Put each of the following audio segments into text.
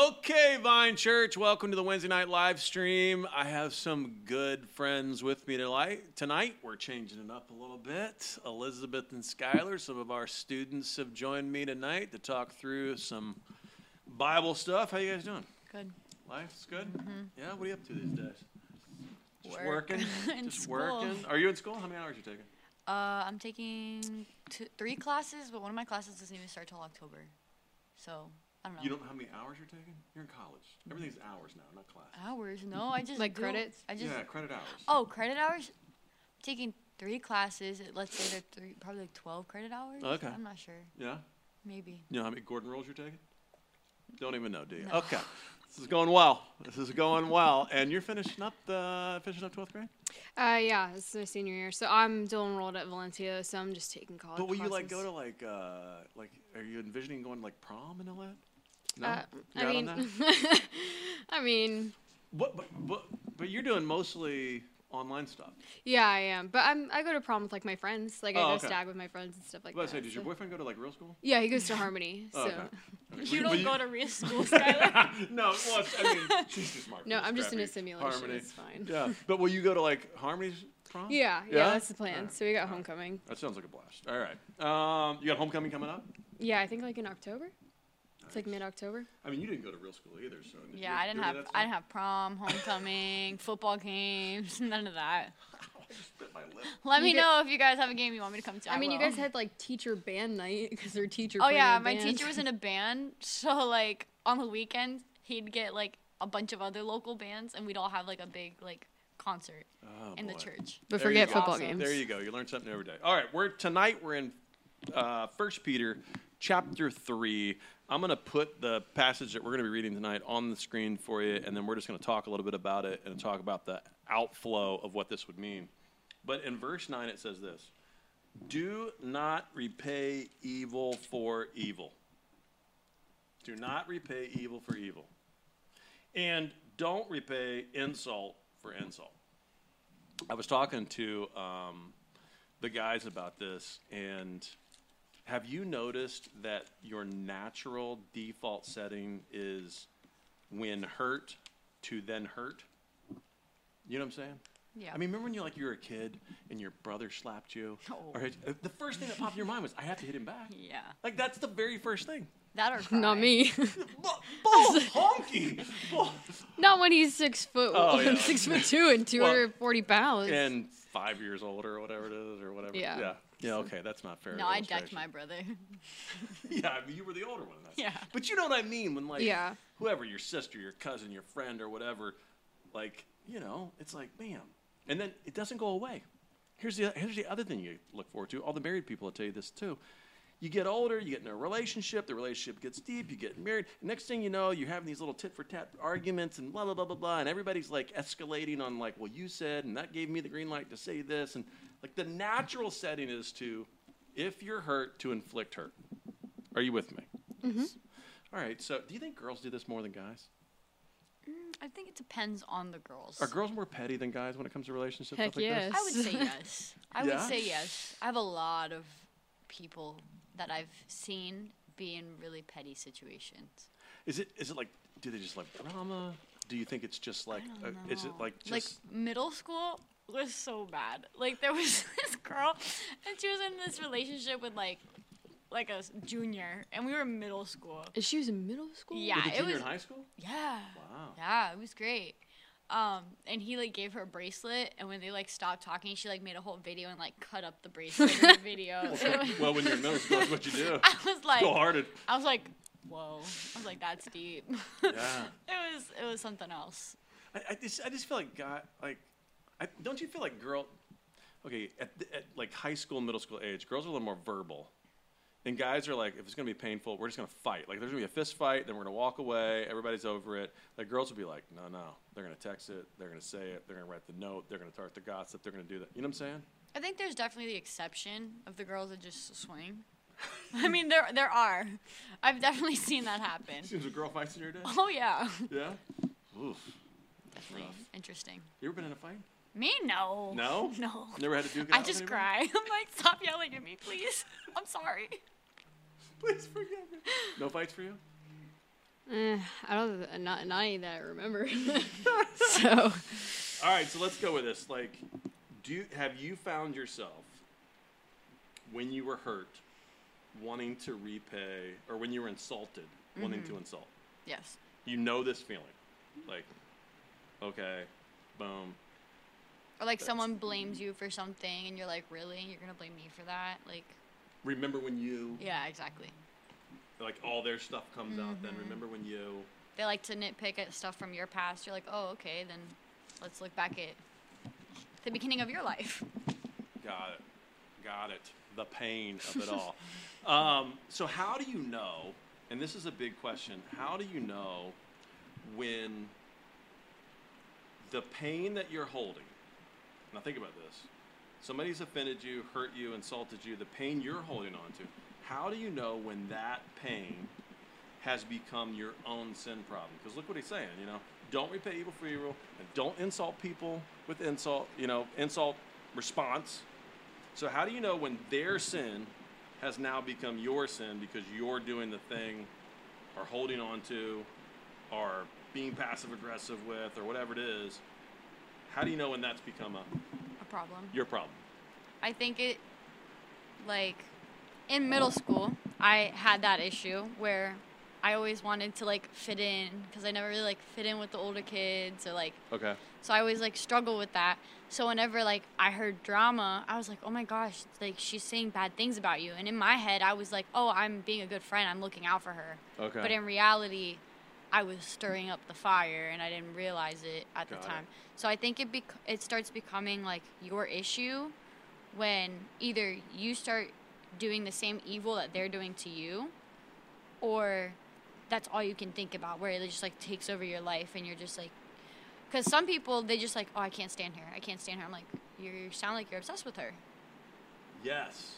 Okay, Vine Church, welcome to the Wednesday night live stream. I have some good friends with me tonight. Tonight, we're changing it up a little bit. Elizabeth and Skylar, some of our students have joined me tonight to talk through some Bible stuff. How you guys doing? Good. Life's good? Yeah, what are you up to these days? Just Mm-hmm. Work. working? In Just school. working? Are you in school? How many hours are you taking? Uh, I'm taking two, three classes, but one of my classes doesn't even start till October. So I don't know. You don't know how many hours you're taking? You're in college. Everything's hours now, not classes. hours? No, I just Like do- credits? I just yeah, credit hours. oh credit hours. I'm taking three classes. it- Let's say they're three, probably like twelve credit hours. Okay. I'm not sure. Yeah? Maybe. You know how many Gordon rolls you're taking? Don't even know, do you? No. Okay. This is going well. This is going well. And you're finishing up the finishing up 12th grade? Uh, yeah, it's my senior year, so I'm dual enrolled at Valencia, so I'm just taking college. But will you like go classes. to like uh like are you envisioning going like prom and all that? No. Uh, You're I out on mean, that? I mean, What- but, but but you're doing mostly online stuff. yeah, I am, but I'm I go to prom with like my friends, like I Oh, go okay. stag with my friends and stuff like I was that. about to say, does your so- boyfriend go to like real school? Yeah, he goes to Harmony. So Oh, okay. Okay. Will You will don't go to real school, Skylar. no, well, it's- I mean, she's too smart. for no, this I'm just in a crappy simulation. Harmony. It's fine. Yeah, but will you go to like Harmony's prom? Yeah, yeah, Yeah? that's the plan. Alright, So we got alright. homecoming. That sounds like a blast. All right, um, you got homecoming coming up. Yeah, I think like in October. It's like Nice. mid October. I mean, you didn't go to real school either, so. did yeah, you I didn't do have any of that I stuff? didn't have prom, homecoming, football games, none of that. I just bit my lip. Let You me get- know if you guys have a game you want me to come to. I mean, you will. guys had like teacher band night because their teacher. Oh played in yeah, a my band. teacher was in a band, so like on the weekends he'd get like a bunch of other local bands, and we'd all have like a big like concert Oh, in the boy. church. But There you forget go. football Awesome. games. There you go. You learn something every day. All right, we're tonight. We're in uh, First Peter, chapter three. I'm going to put the passage that we're going to be reading tonight on the screen for you, and then we're just going to talk a little bit about it and talk about the outflow of what this would mean. But in verse nine, it says this: "Do not repay evil for evil. Do not repay evil for evil, and don't repay insult for insult." I was talking to um, the guys about this, and have you noticed that your natural default setting is when hurt to then hurt? You know what I'm saying? Yeah. I mean, remember when you like you were a kid and your brother slapped you, Oh. or hit, the first thing that popped in your mind was I have to hit him back. Yeah, Like that's the very first thing. that or cry. Not me. Bull, bull honky. Bull. Not when he's six foot, Oh, yeah. six foot two, and two hundred forty pounds. And five years older or whatever it is or whatever. Yeah. Yeah. Yeah. Okay, that's not fair. No, I decked illustration. my brother. Yeah, I mean, you were the older one. In that. Yeah. But you know what I mean when like Yeah. whoever your sister, your cousin, your friend, or whatever, like you know, it's like bam, and then it doesn't go away. Here's the here's the other thing you look forward to. All the married people will tell you this too. You get older, you get in a relationship, the relationship gets deep, you get married. Next thing you know, you're having these little tit for tat arguments and blah, blah, blah, blah, blah. And everybody's like escalating on, like, well, you said, and that gave me the green light to say this. And like the natural setting is to, if you're hurt, to inflict hurt. Are you with me? All right. So, do you think girls do this more than guys? I think it depends on the girls. Are girls more petty than guys when it comes to relationships? Heck stuff like yes. This? I would say yes. I would Yeah? say yes. I have a lot of people that I've seen be in really petty situations. Is it is it like do they just love drama? Do you think it's just like uh, is it know. like just middle school was so bad. Like there was this girl, and she was in this relationship with like like a s- junior, and we were in middle school. And she was in middle school. Yeah, with a it junior was in high school? yeah, Wow. yeah, it was great. Um, and he like gave her a bracelet, and when they like stopped talking, she like made a whole video and like cut up the bracelet in the video. It was- well, when you're in middle school, that's what you do. I was like, Go hearted. I was like, whoa. I was like, that's deep. Yeah. It was it was something else. I, I just I just feel like guy like I, don't you feel like girl okay at, the, at like high school middle school age girls are a little more verbal and guys are like if it's gonna be painful we're just gonna fight like there's gonna be a fist fight then we're gonna walk away everybody's over it like girls will be like no no they're gonna text it they're gonna say it they're gonna write the note they're gonna start the gossip they're gonna do that you know what I'm saying I think there's definitely the exception of the girls that just swing. I mean, there there are. I've definitely seen that happen. seems a girl fights in your day Oh yeah. yeah Oof. that's rough Definitely Interesting. you ever been in a fight Me no. No? No. never had to do Oh, I just cry. I'm like, stop yelling at me, please. I'm sorry. please forgive me no fights for you Eh, I don't not not any that I remember. so All right, so let's go with this. Like, do you, have you found yourself when you were hurt wanting to repay, or when you were insulted wanting to insult? Yes. You know this feeling, like, okay, boom. Or like someone blames you for something and you're like, really? You're gonna blame me for that? Like, Remember when you yeah, exactly. like all their stuff comes out? Then remember when you They like to nitpick at stuff from your past. You're like, oh, okay, then let's look back at the beginning of your life. Got it. Got it. The pain of it all. um, so, how do you know? And this is a big question. How do you know when the pain that you're holding? Now, think about this. Somebody's offended you, hurt you, insulted you. The pain you're holding on to. How do you know when that pain has become your own sin problem. Because look what he's saying, you know, don't repay evil for evil, and don't insult people with insult, you know, insult response. So how do you know when their sin has now become your sin because you're doing the thing, or holding on to, or being passive aggressive with, or whatever it is? How do you know when that's become a A problem. your problem? I think it, like, in middle school, I had that issue where I always wanted to like fit in because I never really like fit in with the older kids or like Okay. So I always like struggle with that. So whenever like I heard drama, I was like, oh my gosh, like she's saying bad things about you. And in my head, I was like, oh, I'm being a good friend. I'm looking out for her. Okay. But in reality, I was stirring up the fire and I didn't realize it at Got it. the time. So I think it bec- it starts becoming like your issue when either you start doing the same evil that they're doing to you or that's all you can think about where it just like takes over your life and you're just like because some people they just like oh i can't stand her i can't stand her i'm like you sound like you're obsessed with her Yes.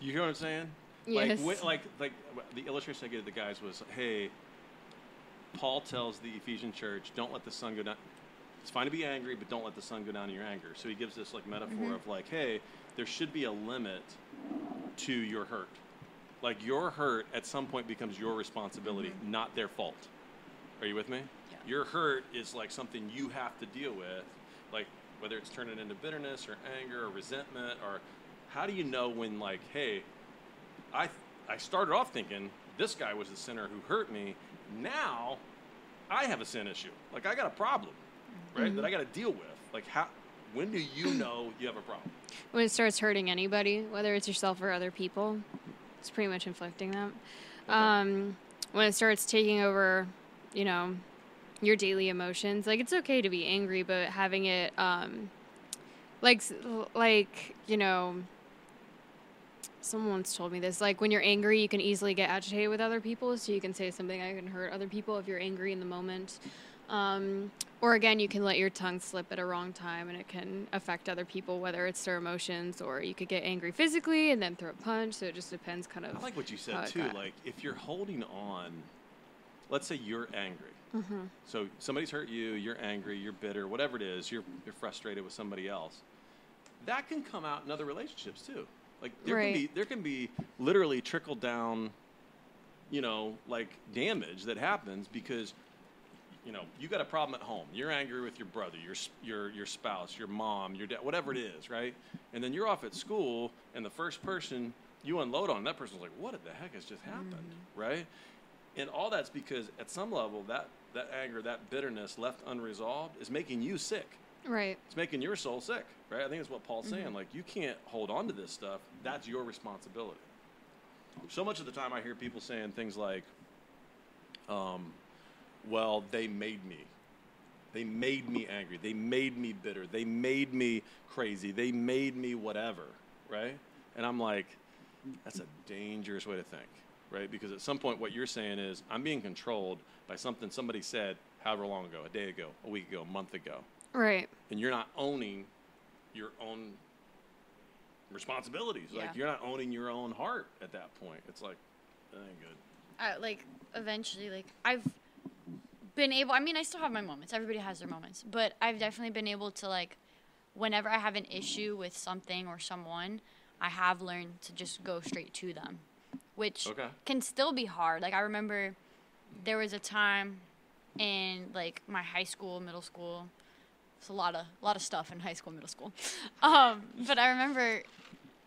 You hear what I'm saying? Yes. Like, wh- like, like wh- the illustration I gave the guys was, hey, Paul tells the Ephesian church, don't let the sun go down. It's fine to be angry, but don't let the sun go down in your anger. So he gives this like metaphor of like, hey, there should be a limit to your hurt. Like your hurt at some point becomes your responsibility, not their fault. Are you with me? Yeah. Your hurt is like something you have to deal with, like whether it's turning into bitterness or anger or resentment or how do you know when like, hey, I I started off thinking this guy was the sinner who hurt me. Now I have a sin issue. Like I got a problem, right? That I got to deal with. Like how when do you know you have a problem? when it starts hurting anybody, whether it's yourself or other people, it's pretty much inflicting that. Um, when it starts taking over, you know, your daily emotions, like it's okay to be angry, but having it, um, like, s- like you know, someone once told me this. Like when you're angry, you can easily get agitated with other people, so you can say something that can hurt other people if you're angry in the moment. Um, or again, you can let your tongue slip at a wrong time and it can affect other people, whether it's their emotions or you could get angry physically and then throw a punch. So it just depends kind of. I like what you said how it too. got. Like if you're holding on, let's say you're angry. Mm-hmm. So somebody's hurt you. You're angry. You're bitter. Whatever it is, you're you're frustrated with somebody else. That can come out in other relationships too. Like there Right. can be there can be literally trickle down, you know, like damage that happens because you know, you got a problem at home. You're angry with your brother, your s- your your spouse, your mom, your dad, whatever it is, right? And then you're off at school, and the first person you unload on, that person's like, "What the heck has just happened?" Right? And all that's because at some level, that that anger, that bitterness left unresolved, is making you sick. Right. It's making your soul sick, right? I think that's what Paul's saying. Like, you can't hold on to this stuff. That's your responsibility. So much of the time, I hear people saying things like, um, well, they made me. They made me angry. They made me bitter. They made me crazy. They made me whatever, right? And I'm like, that's a dangerous way to think, right? Because at some point, what you're saying is, I'm being controlled by something somebody said however long ago, a day ago, a week ago, a month ago Right. and you're not owning your own responsibilities. Yeah. Like you're not owning your own heart at that point. It's like that ain't good. I, like eventually like i've been able i mean i still have my moments everybody has their moments but i've definitely been able to like whenever i have an issue with something or someone i have learned to just go straight to them which Okay. can still be hard like i remember there was a time in like my high school, middle school. It's a lot of a lot of stuff in high school, middle school. Um, but I remember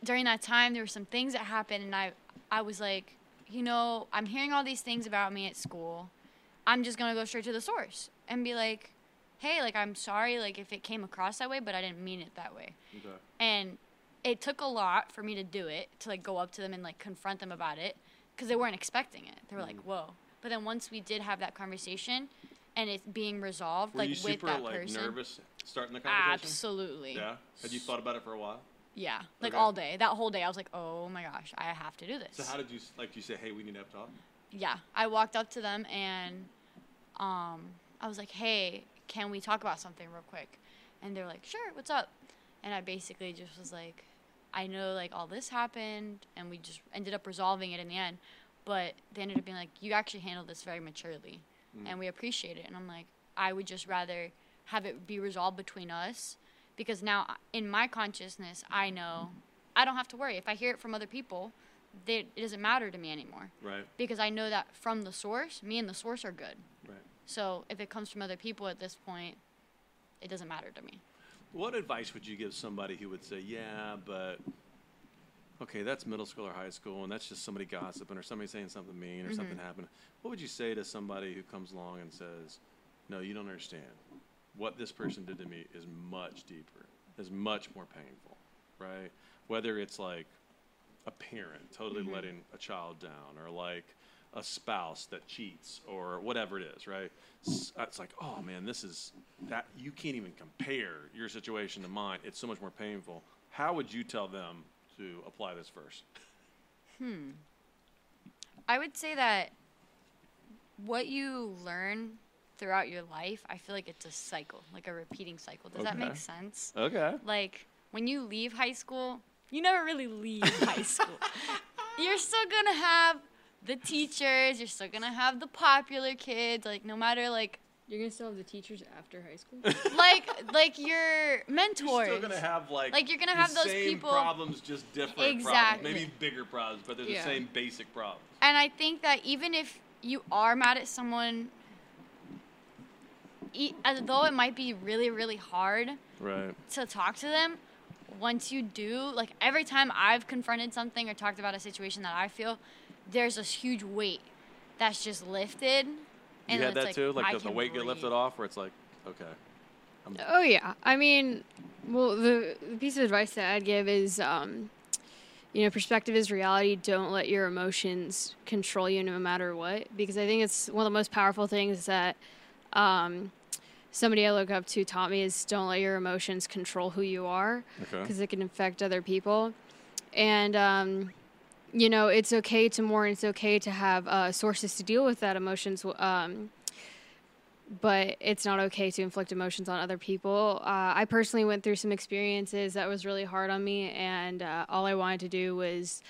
during that time there were some things that happened, and I I was like, you know, I'm hearing all these things about me at school. I'm just gonna go straight to the source and be like, hey, like I'm sorry, like if it came across that way, but I didn't mean it that way Okay. and it took a lot for me to do it to like go up to them and like confront them about it because they weren't expecting it they were Mm. like whoa but then once we did have that conversation and it's being resolved Were like you with super that like person nervous starting the conversation? absolutely Yeah. Had you thought about it for a while? yeah like Okay. all day that whole day i was like oh my gosh i have to do this So how did you s- like? You say, "Hey, we need to have a talk." yeah i walked up to them and um, i was like hey can we talk about something real quick and they're like sure what's up and i basically just was like i know like all this happened and we just ended up resolving it in the end but they ended up being like you actually handled this very maturely and we appreciate it and i'm like i would just rather have it be resolved between us because now in my consciousness i know i don't have to worry if i hear it from other people they, it doesn't matter to me anymore Right. because I know that from the source, me and the source are good. Right. So if it comes from other people at this point, it doesn't matter to me. What advice would you give somebody who would say, "Yeah, but okay, that's middle school or high school, and that's just somebody gossiping or somebody saying something mean or something happened." What would you say to somebody who comes along and says, "No, you don't understand. What this person did to me is much deeper, is much more painful." Right? Whether it's like a parent totally letting a child down or like a spouse that cheats or whatever it is right S- it's like oh man this is that you can't even compare your situation to mine it's so much more painful how would you tell them to apply this verse I would say that what you learn throughout your life, I feel like it's a cycle, like a repeating cycle. Does that Okay. make sense? okay Like when you leave high school, you never really leave high school. You're still gonna have the teachers, you're still gonna have the popular kids, like no matter like You're gonna still have the teachers after high school. like like your mentors. you're still gonna have like Like, you're gonna the have those same people- problems just different problems Exactly. maybe bigger problems but they're Yeah. the same basic problems And I think that even if you are mad at someone, e- as though it might be really, really hard right to talk to them, once you do, like every time I've confronted something or talked about a situation that I feel, there's this huge weight that's just lifted. you had it's that too I like does the can weight get lifted breathe. off where it's like okay Oh yeah, I mean, well, the, the piece of advice that I'd give is, um, you know, perspective is reality. Don't let your emotions control you, no matter what, because I think it's one of the most powerful things that um, somebody I look up to taught me is don't let your emotions control who you are, Okay. because it can affect other people, and. Um, you know, it's okay to mourn. It's okay to have uh, sources to deal with that emotions. Um, but it's not okay to inflict emotions on other people. Uh, I personally went through some experiences that was really hard on me, and uh, all I wanted to do was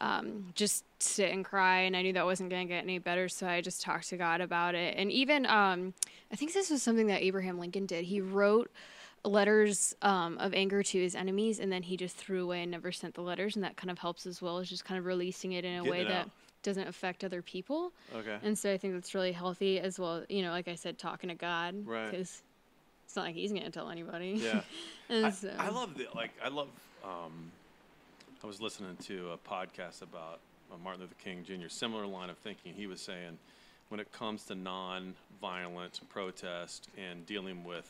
um, just sit and cry. And I knew that wasn't going to get any better, so I just talked to God about it. And even, um, I think this was something that Abraham Lincoln did. He wrote letters um, of anger to his enemies, and then he just threw away and never sent the letters. And that kind of helps as well, is just kind of releasing it in a Getting way it that out. doesn't affect other people. okay And so I think that's really healthy as well. You know, like I said, talking to God. Right. Because it's not like he's going to tell anybody. yeah And I, so- I love the like I love um, I was listening to a podcast about uh, Martin Luther King Jr. similar line of thinking. He was saying when it comes to non-violent protest and dealing with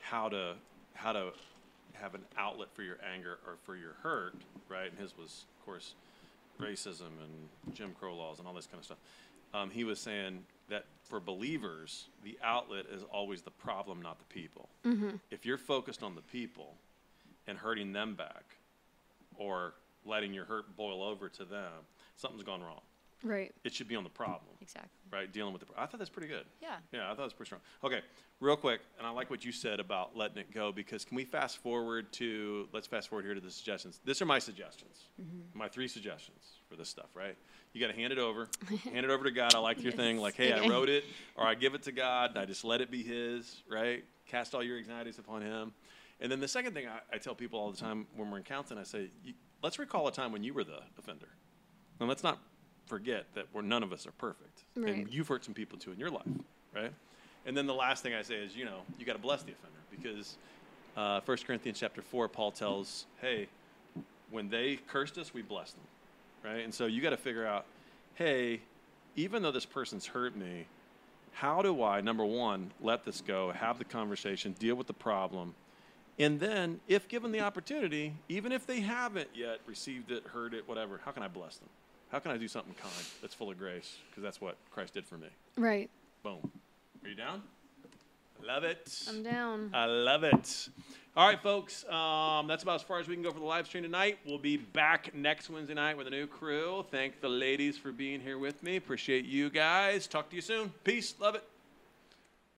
how to how to have an outlet for your anger or for your hurt, right? And his was of course racism and Jim Crow laws and all this kind of stuff. Um, he was saying that for believers, the outlet is always the problem, not the people. If you're focused on the people and hurting them back or letting your hurt boil over to them, something's gone wrong. Right. It should be on the problem, Exactly. right? Dealing with the pro- I thought that's pretty good. Yeah. Yeah, I thought it was pretty strong. Okay, real quick, and I like what you said about letting it go because can we fast forward to, let's fast forward here to the suggestions. These are my suggestions, Mm-hmm. my three suggestions for this stuff, right? You got to hand it over, hand it over to God. I like your thing, like, hey, I Okay. wrote it, or I give it to God, and I just let it be His, right? Cast all your anxieties upon Him. And then the second thing I, I tell people all the time when we're in counseling, I say, "You- let's recall a time when you were the offender. And let's not forget that we're none of us are perfect, Right. and you've hurt some people too in your life, right? And then the last thing I say is, you know, you got to bless the offender because uh, 1 Corinthians chapter four, Paul tells, hey, when they cursed us, we blessed them, right? And so you got to figure out, hey, even though this person's hurt me, how do I, number one, let this go, have the conversation, deal with the problem, and then, if given the opportunity, even if they haven't yet received it, heard it, whatever, how can I bless them? How can I do something kind that's full of grace? Because that's what Christ did for me. Right. Boom. Are you down? Love it. I'm down. I love it. All right, folks. Um, that's about as far as we can go for the live stream tonight. We'll be back next Wednesday night with a new crew. Thank the ladies for being here with me. Appreciate you guys. Talk to you soon. Peace. Love it.